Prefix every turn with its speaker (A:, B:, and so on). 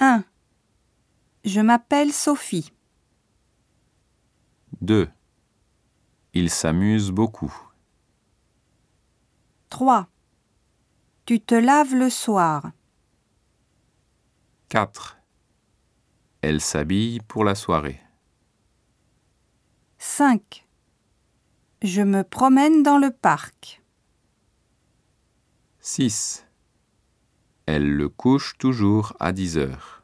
A: 1. Je m'appelle Sophie.
B: 2. Il s'amuse beaucoup.
A: 3. Tu te laves le soir.
B: 4. Elle s'habille pour la soirée.
A: 5. Je me promène dans le parc.
B: 6. Elle le couche toujours à 10 heures.